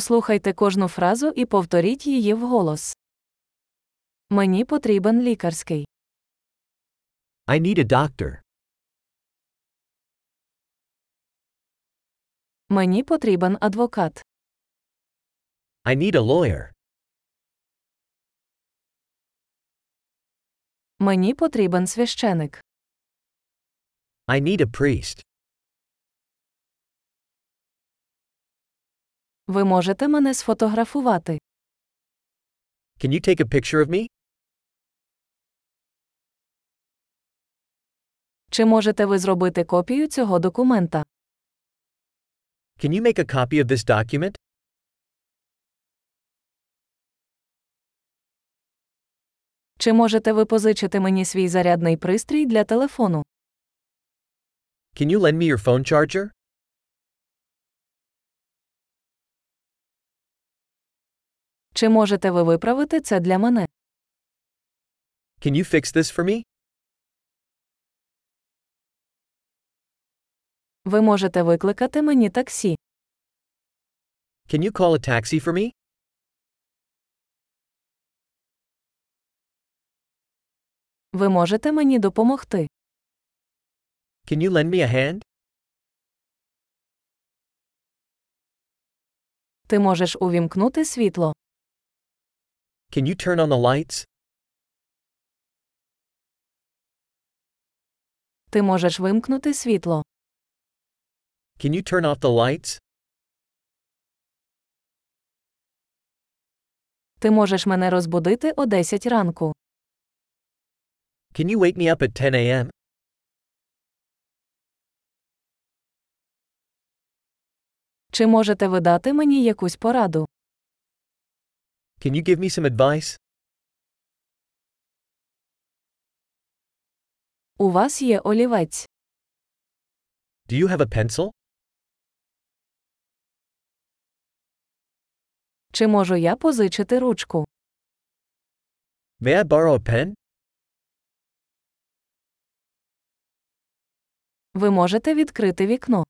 Послухайте кожну фразу і повторіть її вголос. Мені потрібен лікарський. I need a doctor. Мені потрібен адвокат. I need a lawyer. Мені потрібен священик. I need a priest. Ви можете мене сфотографувати. Can you take a picture of me? Чи можете ви зробити копію цього документа? Can you make a copy of this document? Чи можете ви позичити мені свій зарядний пристрій для телефону? Can you lend me your phone charger? Чи можете ви виправити це для мене? Can you fix this for me? Ви можете викликати мені таксі. Can you call a taxi for me? Ви можете мені допомогти. Can you lend me a hand? Ти можеш увімкнути світло. Can you turn on the lights? Ти можеш вимкнути світло. Can you turn off the lights? Ти можеш мене розбудити о 10 ранку. Can you wake me up at 10 a.m.? Чи можете ви дати мені якусь пораду? Can you give me some advice? У вас є олівець. Do you have a pencil? Чи можу я позичити ручку? May I borrow a pen? Ви можете відкрити вікно.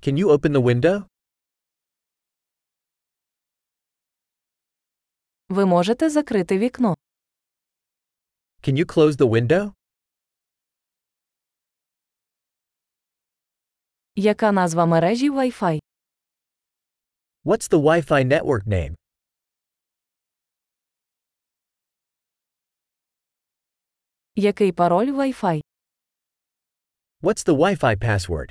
Can you open the window? Ви можете закрити вікно. Can you close the window? Яка назва мережі Wi-Fi? What's the Wi Fi network name? Який пароль Wi-Fi? What's the Wi Fi password?